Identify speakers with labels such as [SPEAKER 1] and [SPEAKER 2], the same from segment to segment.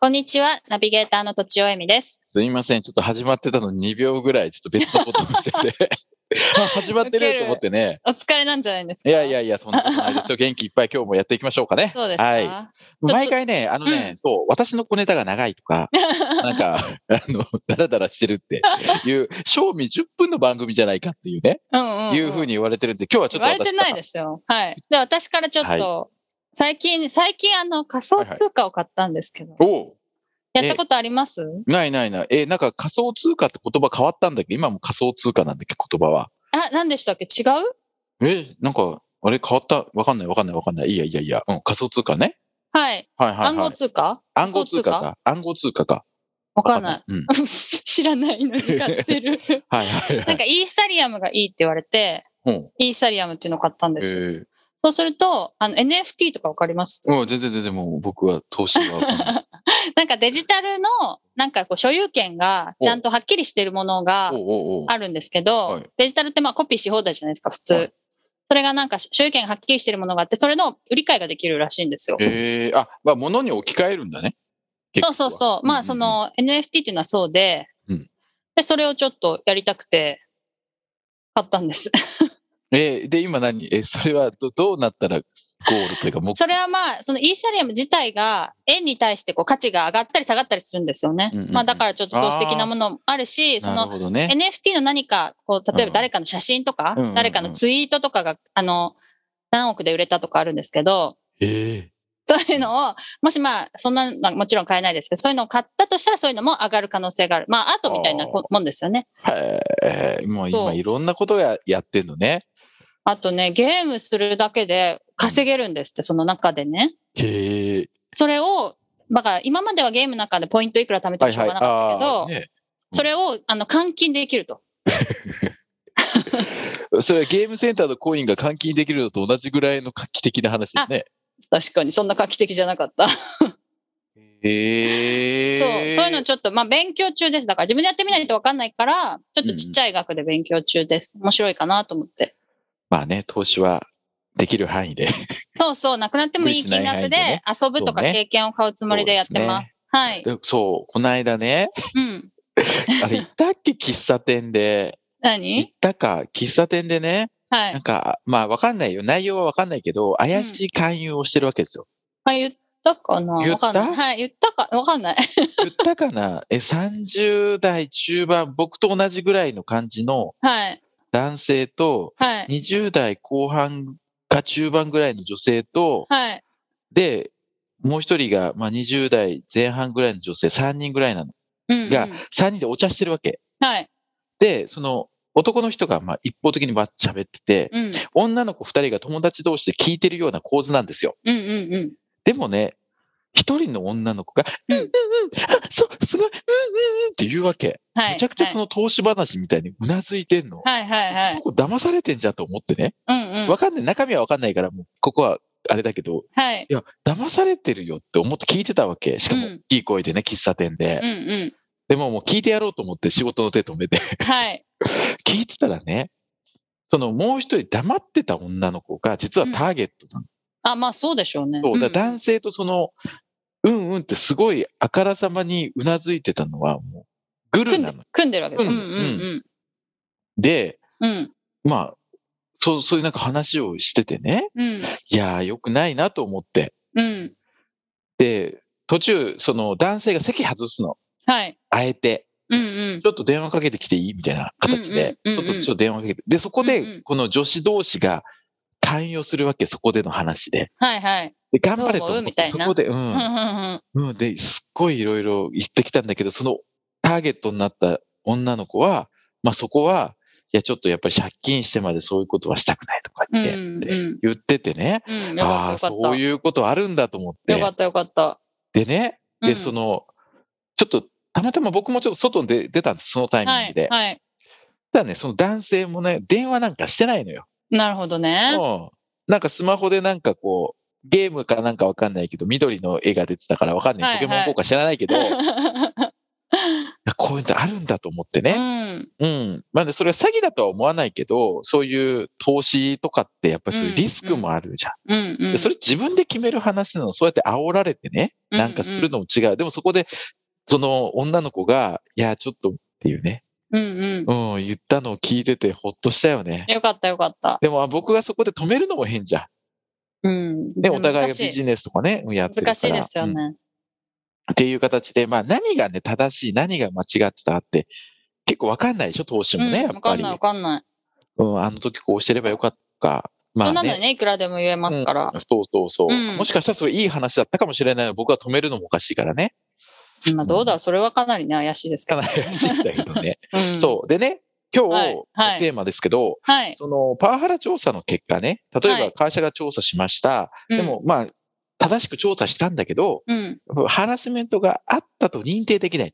[SPEAKER 1] こんにちは、ナビゲーターのとちおえみです。
[SPEAKER 2] すみません。ちょっと始まってたのに2秒ぐらい、ちょっと別のことをして て。あ始まってると思ってね。
[SPEAKER 1] お疲れなんじゃないですか
[SPEAKER 2] いやいや いや、そんなことないですよ。元気いっぱい今日もやっていきましょうかね。
[SPEAKER 1] そうですか、
[SPEAKER 2] はい毎回ね、あのね、そう、私の小ネタが長いと か、なんか、あの、ダラダラしてるっていう、賞味10分の番組じゃないかっていうね、
[SPEAKER 1] うんうん、うん。
[SPEAKER 2] いうふうに言われてるんで、今日はちょ
[SPEAKER 1] 言
[SPEAKER 2] っと
[SPEAKER 1] わ
[SPEAKER 2] 私。
[SPEAKER 1] れてないですすよ。はい。じゃあ私からちょっと、最近、最近あの仮想通貨を買ったんですけど、
[SPEAKER 2] おう
[SPEAKER 1] やったことあります
[SPEAKER 2] ないないない。え、なんか仮想通貨って言葉変わったんだっけ今も仮想通貨なんだっけ言葉は。
[SPEAKER 1] あ、何でしたっけ違う
[SPEAKER 2] え、なんか、あれ変わったわかんないわかんないわかんない。いいやいやいや。うん、仮想通貨ね。
[SPEAKER 1] はい。
[SPEAKER 2] はいはい、はい。
[SPEAKER 1] 暗号通貨
[SPEAKER 2] 暗号通貨か。暗号通貨か。
[SPEAKER 1] わかんない。
[SPEAKER 2] い。うん。
[SPEAKER 1] 知らないのに買っ てる。
[SPEAKER 2] はいはいは
[SPEAKER 1] なん
[SPEAKER 2] い。
[SPEAKER 1] かイーサリアムがいいって言われて、
[SPEAKER 2] うん。
[SPEAKER 1] イーサリアムっていうのを買ったん
[SPEAKER 2] え
[SPEAKER 1] ですよ。
[SPEAKER 2] ー、
[SPEAKER 1] そうすると、あの NFT とかわかります
[SPEAKER 2] もう全然全然もう僕は投資はわかん ない。
[SPEAKER 1] なんかデジタルの、なんかこう所有権がちゃんとはっきりしてるものが
[SPEAKER 2] おうおうおう。
[SPEAKER 1] あるんですけど、
[SPEAKER 2] はい
[SPEAKER 1] デジタルってまあコピーし放題じゃないですか、普通。
[SPEAKER 2] はい
[SPEAKER 1] それがなんか所有権がはっきりしてるものがあって、それの売り買いができるらしいんですよ。
[SPEAKER 2] えー、あ、まあ物に置き換えるんだね。
[SPEAKER 1] そうそうそう。まあその NFT っていうのはそうで、
[SPEAKER 2] うん
[SPEAKER 1] でそれをちょっとやりたくて買ったんです。
[SPEAKER 2] うん。えーで、今何え、それはどどうなったらゴールというか目
[SPEAKER 1] それはまあ、そのイーサリアム自体が円に対してこう価値が上がったり下がったりするんですよね。
[SPEAKER 2] うんうんうん
[SPEAKER 1] まあだからちょっと投資的なものもあるし、そ
[SPEAKER 2] な
[SPEAKER 1] の
[SPEAKER 2] るほどね。
[SPEAKER 1] NFT の何かこう例え
[SPEAKER 2] うん
[SPEAKER 1] ば誰かの写真とか、
[SPEAKER 2] うんうんうん
[SPEAKER 1] 誰かのツイートとかがあの何億で売れたとかあるんですけど
[SPEAKER 2] ええ
[SPEAKER 1] そういうのをもしまあそんなのはもちろん買えないですけどそういうのを買ったとしたらそういうのも上がる可能性があるまあアートみたいなこもんですよね
[SPEAKER 2] はい、もう
[SPEAKER 1] そ
[SPEAKER 2] 今
[SPEAKER 1] う
[SPEAKER 2] いろんなことややってんのね。
[SPEAKER 1] あとねゲームするだけで稼げるんですってその中でね
[SPEAKER 2] へえ。
[SPEAKER 1] それをだから今まではゲームの中でポイントいくら貯めて
[SPEAKER 2] は
[SPEAKER 1] も
[SPEAKER 2] い
[SPEAKER 1] しょ
[SPEAKER 2] は
[SPEAKER 1] う
[SPEAKER 2] い。
[SPEAKER 1] がなかったけど、
[SPEAKER 2] ーね
[SPEAKER 1] それをあの換金できると
[SPEAKER 2] それはゲームセンターのコインが換金できるのと同じぐらいの画期的な話ですね。
[SPEAKER 1] 確かにそんな画期的じゃなかった
[SPEAKER 2] へえ。
[SPEAKER 1] そう、そういうのちょっと、まあ、勉強中です。だから自分でやってみないと分かんないから、ちょっとちっちゃい額で勉強中です。面白いかなと思って。
[SPEAKER 2] まあね、投資はできる範囲で。
[SPEAKER 1] そうそう、なくなってもいい金
[SPEAKER 2] 無理しない範囲で
[SPEAKER 1] 額
[SPEAKER 2] ね
[SPEAKER 1] で遊ぶとか
[SPEAKER 2] そうね
[SPEAKER 1] 経験を買うつもりでやってます。はい。
[SPEAKER 2] でそう、この間 ね、
[SPEAKER 1] うん。
[SPEAKER 2] あれ行ったっけ喫茶店で。行っ
[SPEAKER 1] 何
[SPEAKER 2] たか、喫茶店でね、
[SPEAKER 1] は
[SPEAKER 2] なん
[SPEAKER 1] い。
[SPEAKER 2] か、まあわかんないよ。内容はわかんないけど、怪しい勧誘をしてるわけですよ。
[SPEAKER 1] あ、言ったかな
[SPEAKER 2] 言
[SPEAKER 1] わ
[SPEAKER 2] った
[SPEAKER 1] かんない。はい、言ったか、わかんない。
[SPEAKER 2] 言ったかなえ、30代中盤、僕と同じぐらいの感じの
[SPEAKER 1] はい。
[SPEAKER 2] 男性と、
[SPEAKER 1] はい。
[SPEAKER 2] 20代後半か中盤ぐらいの女性と、
[SPEAKER 1] はい。
[SPEAKER 2] で、もう一人が、まあ、20代前半ぐらいの女性、3人ぐらいなの。
[SPEAKER 1] うん、うん。
[SPEAKER 2] が3人でお茶してるわけ。
[SPEAKER 1] はい。
[SPEAKER 2] で、その男の人が、まあ、一方的にわっ喋ってて、
[SPEAKER 1] うん。
[SPEAKER 2] 女の子2人が友達同士で聞いてるような構図なんですよ。
[SPEAKER 1] うんうんうん。
[SPEAKER 2] でもね、一人の女の子が、う
[SPEAKER 1] うんん
[SPEAKER 2] うんうん、あ、そう、すごい、うんうんうんって言うわけ。
[SPEAKER 1] はい。
[SPEAKER 2] めちゃくちゃその投資話みたいにうなずいてんの。
[SPEAKER 1] はいはいはいはい。
[SPEAKER 2] この子騙されてんじゃんと思ってね。
[SPEAKER 1] うんう
[SPEAKER 2] わ
[SPEAKER 1] ん。
[SPEAKER 2] かんない、中身はわかんないから、もうここはあれだけど、
[SPEAKER 1] はい。
[SPEAKER 2] いや、騙されてるよって思って聞いてたわけ。しかも
[SPEAKER 1] うん、
[SPEAKER 2] いい声でね、喫茶店で。
[SPEAKER 1] うんうん。
[SPEAKER 2] でももう聞いてやろうと思って仕事の手止めて。
[SPEAKER 1] はい。
[SPEAKER 2] 聞いてたらね、そのもう一人黙ってた女の子が、実はターゲットなの。
[SPEAKER 1] あ、まあそうでしょうね。
[SPEAKER 2] そうだ
[SPEAKER 1] ん
[SPEAKER 2] から男性とその、うんうんってすごいあからさまにうなずいてたのは、もう、グル
[SPEAKER 1] 組ん
[SPEAKER 2] な
[SPEAKER 1] で
[SPEAKER 2] の。、
[SPEAKER 1] 組んでるわけです。
[SPEAKER 2] う
[SPEAKER 1] うんんうん
[SPEAKER 2] で、
[SPEAKER 1] うん。うん。
[SPEAKER 2] まあ、そう、そういうなんか話をしててね、
[SPEAKER 1] うん。
[SPEAKER 2] いやー、良くないなと思って。
[SPEAKER 1] うん。
[SPEAKER 2] で、途中、その男性が席外すの。
[SPEAKER 1] はい。
[SPEAKER 2] あえて。
[SPEAKER 1] うんうん。
[SPEAKER 2] ちょっと電話かけてきていいみたいな形で、
[SPEAKER 1] うん
[SPEAKER 2] ち
[SPEAKER 1] うん
[SPEAKER 2] ょ
[SPEAKER 1] う
[SPEAKER 2] っ
[SPEAKER 1] んうん
[SPEAKER 2] とちょっと電話かけて。で、そこ
[SPEAKER 1] うんう
[SPEAKER 2] で、
[SPEAKER 1] ん
[SPEAKER 2] この女子同士が対応するわけ、そこでの話で。
[SPEAKER 1] はいはい。
[SPEAKER 2] で、頑張れと思
[SPEAKER 1] どう思う
[SPEAKER 2] っ
[SPEAKER 1] み
[SPEAKER 2] て
[SPEAKER 1] た、い
[SPEAKER 2] そ
[SPEAKER 1] な
[SPEAKER 2] こで、う
[SPEAKER 1] うん
[SPEAKER 2] ん、
[SPEAKER 1] うんうん
[SPEAKER 2] うん、で、すっごいいろいろ言ってきたんだけど、そのターゲットになった女の子は、まあそこは、いや、ちょっとやっぱり借金してまでそういうことはしたくないとか言って、
[SPEAKER 1] うん
[SPEAKER 2] って
[SPEAKER 1] うん
[SPEAKER 2] 言っててね、
[SPEAKER 1] うん。よ
[SPEAKER 2] あ
[SPEAKER 1] か
[SPEAKER 2] あ、
[SPEAKER 1] ったよ
[SPEAKER 2] そ
[SPEAKER 1] か
[SPEAKER 2] う
[SPEAKER 1] っ。
[SPEAKER 2] いうことあるんだと思ったて
[SPEAKER 1] よか。ったよかった。
[SPEAKER 2] でね、
[SPEAKER 1] う
[SPEAKER 2] で、
[SPEAKER 1] ん
[SPEAKER 2] その、ちょっとたまたま僕もちょっと外に出出たんです、そのタイ
[SPEAKER 1] は
[SPEAKER 2] ミン
[SPEAKER 1] い
[SPEAKER 2] グで。。
[SPEAKER 1] はい。
[SPEAKER 2] ただね、その男性もね、電話なんかしてないのよ。
[SPEAKER 1] なるほ どね。
[SPEAKER 2] うん。なんかスマホでなんかこう、ゲームかなんかわかんないけど、緑の絵が出てたからわかんない。
[SPEAKER 1] はいはい
[SPEAKER 2] ポケモン GO か知らない けど、い
[SPEAKER 1] うん
[SPEAKER 2] やこういうのあるんだと思ってね。。うん。まあね、それは詐欺だとは思わないけど、そういう投資とかってやっぱりそういうリスクもあるじゃん。
[SPEAKER 1] うんう
[SPEAKER 2] で
[SPEAKER 1] ん。
[SPEAKER 2] それ自分で決める話なの。そうやって煽られてね、なんかするのも違う。でもそこで、その女の子が、いや、ちょっとっていうね、
[SPEAKER 1] うんうん。
[SPEAKER 2] うん、言ったのを聞いててほっとしたよね。
[SPEAKER 1] よかったよかった。
[SPEAKER 2] でもあ僕がそこで止めるのも変じゃん。
[SPEAKER 1] うん。
[SPEAKER 2] ね、お互い
[SPEAKER 1] 難
[SPEAKER 2] が
[SPEAKER 1] しい
[SPEAKER 2] ビジネスとかね、やってるから。
[SPEAKER 1] 難しいですよ
[SPEAKER 2] うんっ
[SPEAKER 1] ね。
[SPEAKER 2] ていう形で、まあ何がね、正しい、何が間違ってたって、結構わかんないでしょ、投資もね、
[SPEAKER 1] うん
[SPEAKER 2] や
[SPEAKER 1] わ
[SPEAKER 2] っ
[SPEAKER 1] か
[SPEAKER 2] ぱ
[SPEAKER 1] ん
[SPEAKER 2] り。
[SPEAKER 1] ないわかんない。
[SPEAKER 2] うん、あの時こうしてればよかったか。ま
[SPEAKER 1] そ
[SPEAKER 2] あ、
[SPEAKER 1] んな
[SPEAKER 2] ね。
[SPEAKER 1] のね、いくらでも言えますから
[SPEAKER 2] う。んそうそうそう、
[SPEAKER 1] うん
[SPEAKER 2] もしかしたらそれいい話だったかもしれないの僕は止めるのもおかしいからね。
[SPEAKER 1] まあ、どうだそれはかなりね、怪しいですけ
[SPEAKER 2] か
[SPEAKER 1] ど
[SPEAKER 2] な。り怪しいんだけどね。
[SPEAKER 1] うん
[SPEAKER 2] そう。でね、今日、
[SPEAKER 1] はいはい
[SPEAKER 2] テーマですけど、
[SPEAKER 1] はい。
[SPEAKER 2] そのパワハラ調査の結果ね、例え
[SPEAKER 1] は
[SPEAKER 2] ば
[SPEAKER 1] い
[SPEAKER 2] 会社が調査しました。
[SPEAKER 1] うん
[SPEAKER 2] で、も、まあ、正しく調査したんだけど、
[SPEAKER 1] うん。
[SPEAKER 2] ハラスメントがあったと認定できない。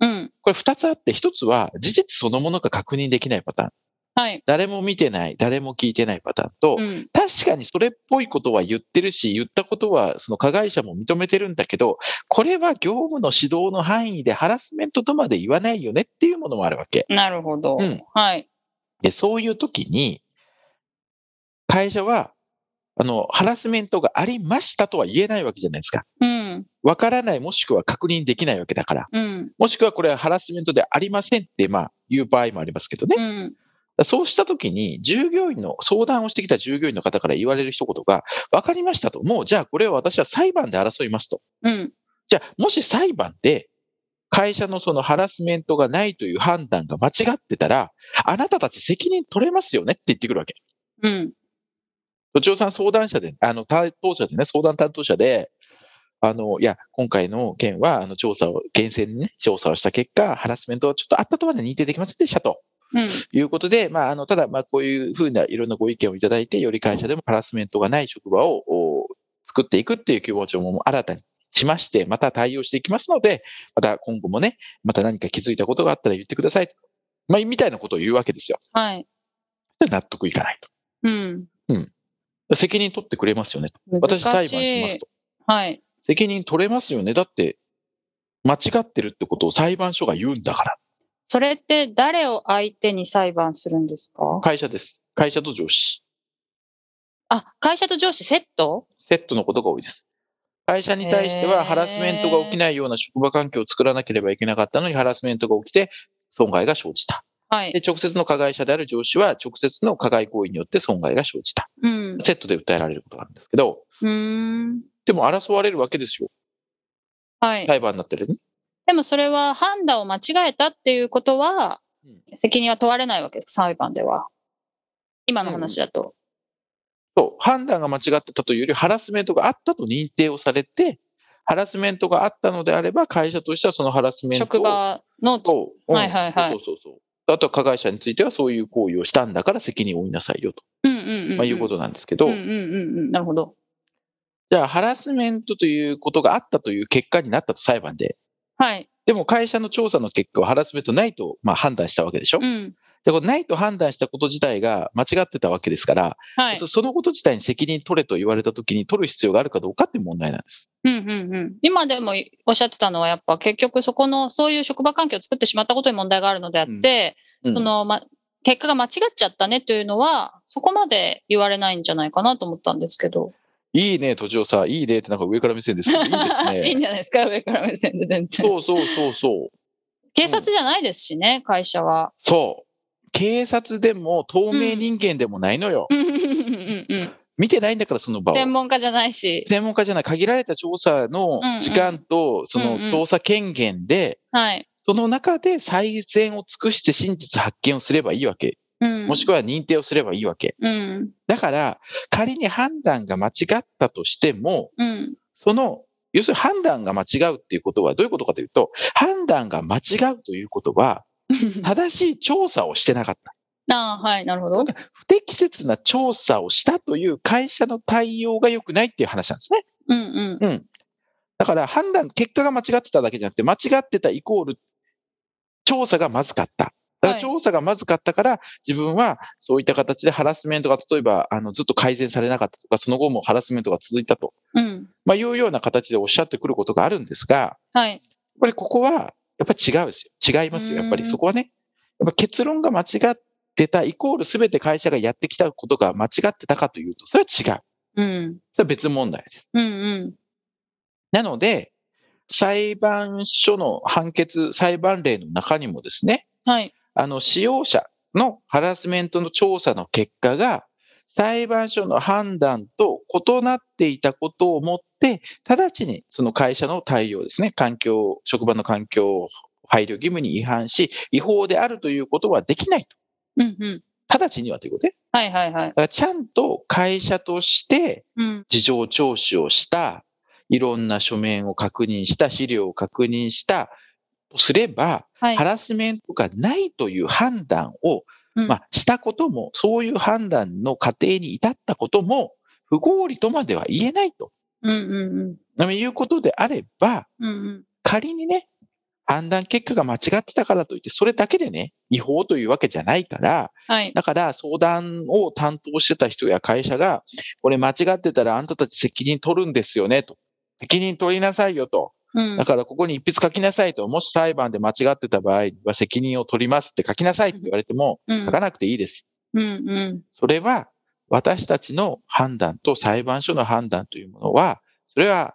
[SPEAKER 1] うん。
[SPEAKER 2] これ二つあって、一つは事実そのものが確認できないパターン。
[SPEAKER 1] はい。
[SPEAKER 2] 誰も見てない、誰も聞いてないパターンと、
[SPEAKER 1] うん。
[SPEAKER 2] 確かにそれっぽいことは言ってるし、言ったことはその加害者も認めてるんだけど、これは業務の指導の範囲でハラスメントとまで言わないよねっていうものもあるわけ。
[SPEAKER 1] なるほど
[SPEAKER 2] うん。
[SPEAKER 1] はい。
[SPEAKER 2] で、そういう時に、会社は、あの、ハラスメントがありましたとは言えないわけじゃないですか。
[SPEAKER 1] うん。
[SPEAKER 2] わからない、もしくは確認できないわけだから。
[SPEAKER 1] うん。
[SPEAKER 2] もしくはこれはハラスメントでありませんって、まあ、いう場合もありますけどね。
[SPEAKER 1] うん。
[SPEAKER 2] そうしたときに、従業員の、相談をしてきた従業員の方から言われる一言が、分かりましたと。もう、じゃあこれは私は裁判で争いますと。
[SPEAKER 1] うん。
[SPEAKER 2] じゃあ、もし裁判で、会社のそのハラスメントがないという判断が間違ってたら、あなたたち責任取れますよねって言ってくるわけ。
[SPEAKER 1] うん。
[SPEAKER 2] 都庁さん相談者で、あの、担当者でね、相談担当者で、あの、いや、今回の件は、あの、調査を、厳正にね、調査をした結果、ハラスメントはちょっとあったとまで認定できませんでしたと。
[SPEAKER 1] うん。
[SPEAKER 2] いうことで、まあ、あの、ただ、まあ、こういうふうないろんなご意見をいただいて、より会社でもハラスメントがない職場をお作っていくっていう気持ちをもう新たにしまして、また対応していきますので、また今後もね、また何か気づいたことがあったら言ってください。まあ、みたいなことを言うわけですよ。
[SPEAKER 1] はい。
[SPEAKER 2] で納得いかない
[SPEAKER 1] うん。
[SPEAKER 2] と。責任取ってくれますよねと。
[SPEAKER 1] 難
[SPEAKER 2] 私
[SPEAKER 1] しい
[SPEAKER 2] 裁判しますと。
[SPEAKER 1] はい。
[SPEAKER 2] 責任取れますよね。だって、間違ってるってことを裁判所が言うんだから。
[SPEAKER 1] それって誰を相手に裁判するんですか
[SPEAKER 2] 会社です。会社と上司。
[SPEAKER 1] あ、会社と上司セット
[SPEAKER 2] セットのことが多いです。会社に対して
[SPEAKER 1] へ
[SPEAKER 2] は
[SPEAKER 1] ー
[SPEAKER 2] ハラスメントが起きないような職場環境を作らなければいけなかったのにハラスメントが起きて損害が生じた。
[SPEAKER 1] はい。
[SPEAKER 2] で、直接の加害者である上司は直接の加害行為によって損害が生じた。
[SPEAKER 1] うん。
[SPEAKER 2] セットで訴えられることがあるんですけど、
[SPEAKER 1] うーん。
[SPEAKER 2] でも争われるわけですよ。
[SPEAKER 1] はい。
[SPEAKER 2] 裁判になってるね。
[SPEAKER 1] でもそれは判断を間違えたっていうことは
[SPEAKER 2] う、
[SPEAKER 1] 責任は問われないわけです、裁判では。今の話だと。
[SPEAKER 2] そう、判断が間違ってたというよりハラスメントがあったと認定をされて、ハラスメントがあったのであれば会社としてはそのハラスメントを
[SPEAKER 1] 職場の、
[SPEAKER 2] そう、うん
[SPEAKER 1] はいはいはい
[SPEAKER 2] そうそうそうそう。あとは加害者についてはそういう行為をしたんだから責任を負いなさいよと、
[SPEAKER 1] うんうんうん。
[SPEAKER 2] まあ、いうこととなんですけど、
[SPEAKER 1] うんうんうんうん。なるほど。
[SPEAKER 2] じゃあハラスメントということがあったという結果になったと裁判で、
[SPEAKER 1] はい。
[SPEAKER 2] でも会社の調査の結果はハラスメントないと、まあ、判断したわけでしょ、
[SPEAKER 1] うん。
[SPEAKER 2] でこれないと判断したこと自体が間違ってたわけですから、
[SPEAKER 1] はい
[SPEAKER 2] そ、。そのこと自体に責任取れと言われたときに取る必要があるかどうかっていう問題なんです。
[SPEAKER 1] うんうんうん。今でもおっしゃってたのは、やっぱ結局そこの、そういう職場環境を作ってしまったことに問題があるのであって、
[SPEAKER 2] うん
[SPEAKER 1] その、ま、結果が間違っちゃったねというのは、そこまで言われないんじゃないかなと思ったんですけど。
[SPEAKER 2] いいね、都庁さん、いいねってなんか上から目線ですけど、いいです
[SPEAKER 1] いいん
[SPEAKER 2] ね。
[SPEAKER 1] じゃないですか、上から目線で全然。
[SPEAKER 2] そうそうそうそう。
[SPEAKER 1] 警察じゃないですしね、会社は。
[SPEAKER 2] そう。警察でも透明人間でもないのよ。
[SPEAKER 1] うんうんうんうん
[SPEAKER 2] 見てないんだから、その場を。
[SPEAKER 1] 専門家じゃないし。
[SPEAKER 2] 専門家じゃない、限られた調査の時間と、そ
[SPEAKER 1] うんう
[SPEAKER 2] の
[SPEAKER 1] ん
[SPEAKER 2] 調査権限で、
[SPEAKER 1] はい。
[SPEAKER 2] その中で最善を尽くして真実発見をすればいいわけ。
[SPEAKER 1] うん。
[SPEAKER 2] もしくは認定をすればいいわけ。
[SPEAKER 1] うん。
[SPEAKER 2] だから、仮に判断が間違ったとしても、
[SPEAKER 1] うん。
[SPEAKER 2] その、要するに判断が間違うっていうことはどういうことかというと、判断が間違うということは、正しい調査をしてなかった。
[SPEAKER 1] ああ、はい、なるほど。
[SPEAKER 2] 不適切な調査をしたという会社の対応が良くないっていう話なんですね。
[SPEAKER 1] うんうん。
[SPEAKER 2] うん。だから判断、結果が間違ってただけじゃなくて、間違ってたイコール、調査がまずかった。だか
[SPEAKER 1] は
[SPEAKER 2] ら
[SPEAKER 1] い
[SPEAKER 2] 調査がまずかったから、自分はそういった形でハラスメントが例えばあのずっと改善されなかったとか、その後もハラスメントが続いたと、
[SPEAKER 1] うん。
[SPEAKER 2] まあ、いうような形でおっしゃってくることがあるんですが、やっ
[SPEAKER 1] はい。
[SPEAKER 2] ぱりここはやっぱり違うですよ。違いますよ。やっぱり
[SPEAKER 1] うん
[SPEAKER 2] そこはね、やっぱ結論が間違ってたイコール全て会社がやってきたことが間違ってたかというと、それは違う。
[SPEAKER 1] うん。
[SPEAKER 2] それは別問題です。
[SPEAKER 1] うんうん。
[SPEAKER 2] なので、裁判所の判決、裁判例の中にもですね、
[SPEAKER 1] はい。
[SPEAKER 2] あの、使用者のハラスメントの調査の結果が、裁判所の判断と異なっていたことをもって、直ちにその会社の対応ですね、環境、職場の環境配慮義務に違反し、違法であるということはできないと。
[SPEAKER 1] うんうん。
[SPEAKER 2] 直ちにはということね。
[SPEAKER 1] はいはいはい
[SPEAKER 2] だ。からちゃんと会社として
[SPEAKER 1] うん。
[SPEAKER 2] 事情聴取をした、いろんな書面を確認した、資料を確認した、とすれば、
[SPEAKER 1] はい
[SPEAKER 2] ハ。ラスメントがないという判断を、
[SPEAKER 1] うん
[SPEAKER 2] まあ、したことも、そういう判断の過程に至ったことも、不合理とまでは言えないと
[SPEAKER 1] うんうんうん。
[SPEAKER 2] あのいうことであれば、
[SPEAKER 1] うんうん。
[SPEAKER 2] 仮にね、判断結果が間違ってたからといって、それだけでね、違法というわけじゃないから、
[SPEAKER 1] はい。
[SPEAKER 2] だから相談を担当してた人や会社が、これ間違ってたらあんたたち責任取るんですよね、と。責任取りなさいよと。
[SPEAKER 1] うん。
[SPEAKER 2] だからここに一筆書きなさいと、もし裁判で間違ってた場合は責任を取りますって書きなさいって言われても、
[SPEAKER 1] うん
[SPEAKER 2] 書かなくていいです。
[SPEAKER 1] うんうん。
[SPEAKER 2] それは私たちの判断と裁判所の判断というものは、それは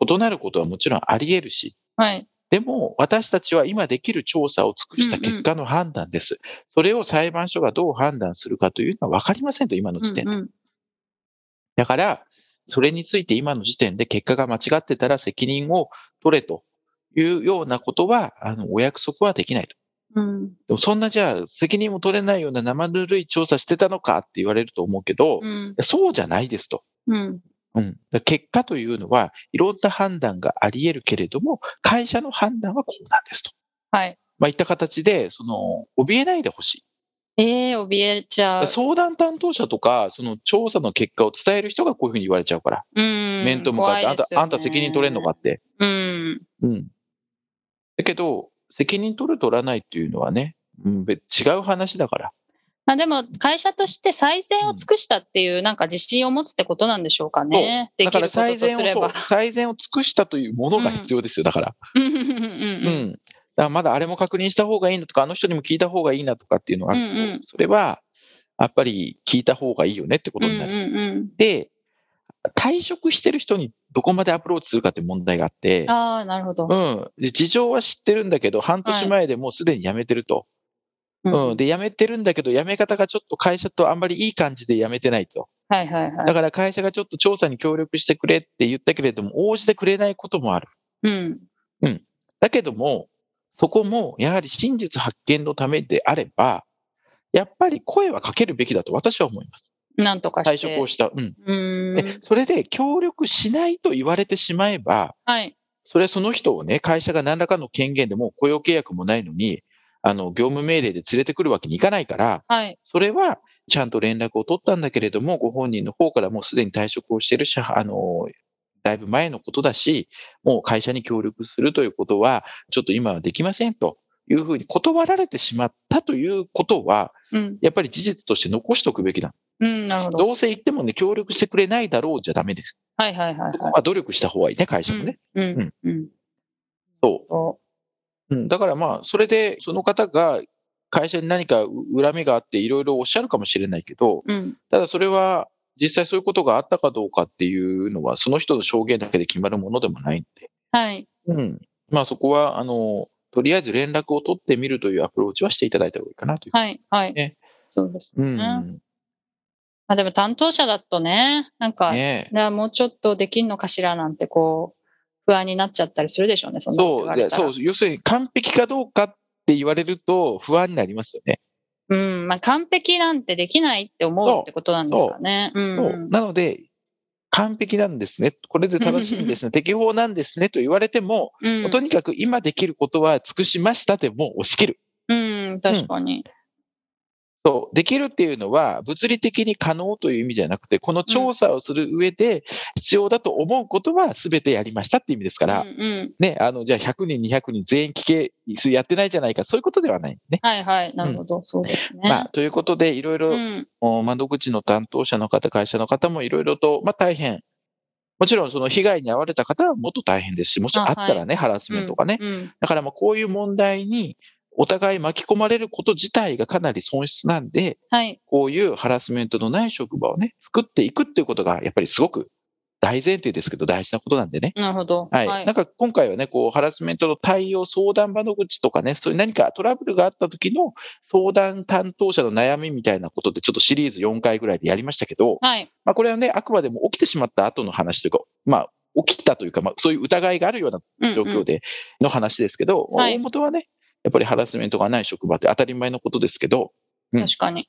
[SPEAKER 2] 異なることはもちろんあり得るし、
[SPEAKER 1] はい。
[SPEAKER 2] でも私たちは今できる調査を尽くした結果の判断です。それを裁判所がどう判断するかというのは分かりませんと、今の時点で。
[SPEAKER 1] うんうん
[SPEAKER 2] だから、それについて今の時点で結果が間違ってたら責任を取れというようなことは、あの、お約束はできないと。
[SPEAKER 1] うん。
[SPEAKER 2] でもそんなじゃあ責任も取れないような生ぬるい調査してたのかって言われると思うけど、
[SPEAKER 1] うん。
[SPEAKER 2] そうじゃないですと。
[SPEAKER 1] うん。
[SPEAKER 2] うん、結果というのはいろんな判断があり得るけれども、会社の判断はこうなんですと。
[SPEAKER 1] はい。
[SPEAKER 2] まあ、いった形で、その、怯えないでほしい。
[SPEAKER 1] ええ、怯えちゃう。
[SPEAKER 2] 相談担当者とか、その調査の結果を伝える人がこういうふうに言われちゃうから、
[SPEAKER 1] うん。
[SPEAKER 2] 面と向かって、
[SPEAKER 1] 怖
[SPEAKER 2] あ
[SPEAKER 1] い
[SPEAKER 2] ん
[SPEAKER 1] で
[SPEAKER 2] た
[SPEAKER 1] すよね
[SPEAKER 2] あんた責任取れんのかって。
[SPEAKER 1] うん。
[SPEAKER 2] うん。だけど、責任取る取らないっていうのはね、うん、べ違う話だから。
[SPEAKER 1] まあでも、会社として最善を尽くしたっていう、なんか自信を持つってことなんでしょうかね。で
[SPEAKER 2] だ
[SPEAKER 1] き
[SPEAKER 2] か
[SPEAKER 1] る
[SPEAKER 2] ら
[SPEAKER 1] ことと
[SPEAKER 2] 最善
[SPEAKER 1] すれ
[SPEAKER 2] を
[SPEAKER 1] ば
[SPEAKER 2] そう。最善を尽くしたというものが必要ですよ、だから。
[SPEAKER 1] うんうん
[SPEAKER 2] うん。
[SPEAKER 1] うん
[SPEAKER 2] だからまだあれも確認した方がいいなとか、あの人にも聞いた方がいいなとかっていうのがあるけど
[SPEAKER 1] うんうん
[SPEAKER 2] それは、やっぱり聞いた方がいいよねってこ
[SPEAKER 1] うん。う
[SPEAKER 2] とにな
[SPEAKER 1] ん
[SPEAKER 2] る。
[SPEAKER 1] うんうん。
[SPEAKER 2] で、退職してる人にどこまでアプローチするかって問題があって、
[SPEAKER 1] ああ、なるほど。
[SPEAKER 2] うん。で事情は知ってるんだけど、半年前でもうすでに辞めてると。
[SPEAKER 1] うん
[SPEAKER 2] うん。で、辞めてるんだけど、辞め方がちょっと会社とあんまりいい感じで辞めてないと。
[SPEAKER 1] はいはいは
[SPEAKER 2] だ
[SPEAKER 1] い。
[SPEAKER 2] から会社がちょっと調査に協力してくれって言ったけれども、応じてくれないこともある。
[SPEAKER 1] うん。
[SPEAKER 2] だけども、そこもやはり真実発見のためであれば、やっぱり声はかけるべきだと私は思います。
[SPEAKER 1] なんとか
[SPEAKER 2] 退
[SPEAKER 1] して。
[SPEAKER 2] 職をした。うん。
[SPEAKER 1] うー
[SPEAKER 2] で
[SPEAKER 1] ん。
[SPEAKER 2] それで協力しないと言われてしまえば、
[SPEAKER 1] はい。
[SPEAKER 2] それはその人をね、会社が何らかの権限でもう雇用契約もないのに、あの、業務命令で連れてくるわけにいかないから、
[SPEAKER 1] はい。
[SPEAKER 2] それはちゃんと連絡を取ったんだけれども、ご本人の方からもうすでに退職をしているし、あの、だいぶ前のことだし、もう会社に協力するということは、ちょっと今はできませんというふうに断られてしまったということは、
[SPEAKER 1] うん。
[SPEAKER 2] やっぱり事実として残しておくべきだ。
[SPEAKER 1] うん、なるほど。
[SPEAKER 2] どうせ言ってもね、協力してくれないだろうじゃダメです。
[SPEAKER 1] はいはいはい
[SPEAKER 2] そこ
[SPEAKER 1] は
[SPEAKER 2] は努力した方がいいね、会
[SPEAKER 1] い。
[SPEAKER 2] 社もね。
[SPEAKER 1] うん。うん。うん。
[SPEAKER 2] そう。
[SPEAKER 1] そ
[SPEAKER 2] うん、だからまあ、それで、その方が会社に何かう恨みがあって、いろいろおっしゃるかもしれないけど、
[SPEAKER 1] う。うん。
[SPEAKER 2] ただそれは、実際そういうことがあったかどうかっていうのは、その人の証言だけで決まるものでもないんで、
[SPEAKER 1] はい。
[SPEAKER 2] うん。まあそこは、あの、とりあえず連絡を取ってみるというアプローチはしていただいた方がいいかなという。
[SPEAKER 1] はい。はい。
[SPEAKER 2] ね
[SPEAKER 1] そうです。
[SPEAKER 2] うん。ね
[SPEAKER 1] まあでも担当者だとね、なんか、
[SPEAKER 2] え
[SPEAKER 1] だからもうちょっとできんのかしらなんてこう、不安になっちゃったりするでしょうね、そんなこ
[SPEAKER 2] そ
[SPEAKER 1] と言わ
[SPEAKER 2] う、で
[SPEAKER 1] れたら
[SPEAKER 2] そう、要するに完璧かどうかって言われると不安になりますよね。
[SPEAKER 1] うん、まあ完璧なんてできないって思うってことなんですかね。うん。
[SPEAKER 2] そううんなので、完璧なんですね。これで正しいんですね。適法なんですね。と言われても、
[SPEAKER 1] うん
[SPEAKER 2] とにかく今できることは尽くしましたでもう押し切る。
[SPEAKER 1] うん、確かに。
[SPEAKER 2] そうできるっていうのは物理的に可能という意味じゃなくてこの調査をする上で必要だと思うことは全てやりましたっていう意味ですか
[SPEAKER 1] うん
[SPEAKER 2] ら、
[SPEAKER 1] うん。
[SPEAKER 2] ね、あのじゃあ100人200人全員聞けそれやってないじゃないかそういうことではないね。
[SPEAKER 1] はいはい。なるほど。そうですね。
[SPEAKER 2] まあ、ということでいろいろ
[SPEAKER 1] うん。
[SPEAKER 2] お窓口の担当者の方、会社の方もいろいろと、まあ、大変。もちろん、その被害に遭われた方はもっと大変ですし、もし
[SPEAKER 1] あ
[SPEAKER 2] あったらね、ハラスメントがね。
[SPEAKER 1] うん。
[SPEAKER 2] だから、まあ、こういう問題に、お互い巻き込まれること自体がかなり損失なんで、
[SPEAKER 1] はい。
[SPEAKER 2] こういうハラスメントのない職場をね、作っていくっていうことが、やっぱりすごく大前提ですけど、大事なことなんでね。
[SPEAKER 1] なるほど。
[SPEAKER 2] はい。なんか今回はね、こう、ハラスメントの対応相談窓口とかね、そういう何かトラブルがあった時の相談担当者の悩みみたいなことで、ちょっとシリーズ4回ぐらいでやりましたけど、
[SPEAKER 1] はい。
[SPEAKER 2] まあこれはね、あくまでも起きてしまった後の話というか、まあ、起きたというか、まあ、そういう疑いがあるような
[SPEAKER 1] うん
[SPEAKER 2] 状況での話ですけど、
[SPEAKER 1] はい
[SPEAKER 2] 大元はね、やっぱりハラスメントがない職場って当たり前のことですけど、
[SPEAKER 1] う
[SPEAKER 2] うんん
[SPEAKER 1] 確かに。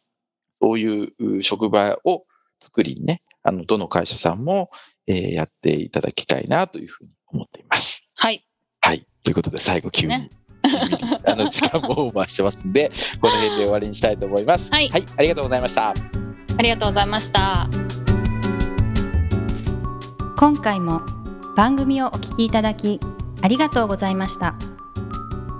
[SPEAKER 2] そういうう職場を作りにね、あの、どの会社さんも、えーやっていただきたいなというふうに思っています。
[SPEAKER 1] はい。
[SPEAKER 2] はい。ということで、最後急に、
[SPEAKER 1] ね
[SPEAKER 2] 急にあの時間もオーバーしてますんで、この辺で終わりにしたいと思います。
[SPEAKER 1] はい
[SPEAKER 2] はい、ありがとうございました。
[SPEAKER 1] ありがとうございました。
[SPEAKER 3] 今回も番組をお聞きいただきありがとうございました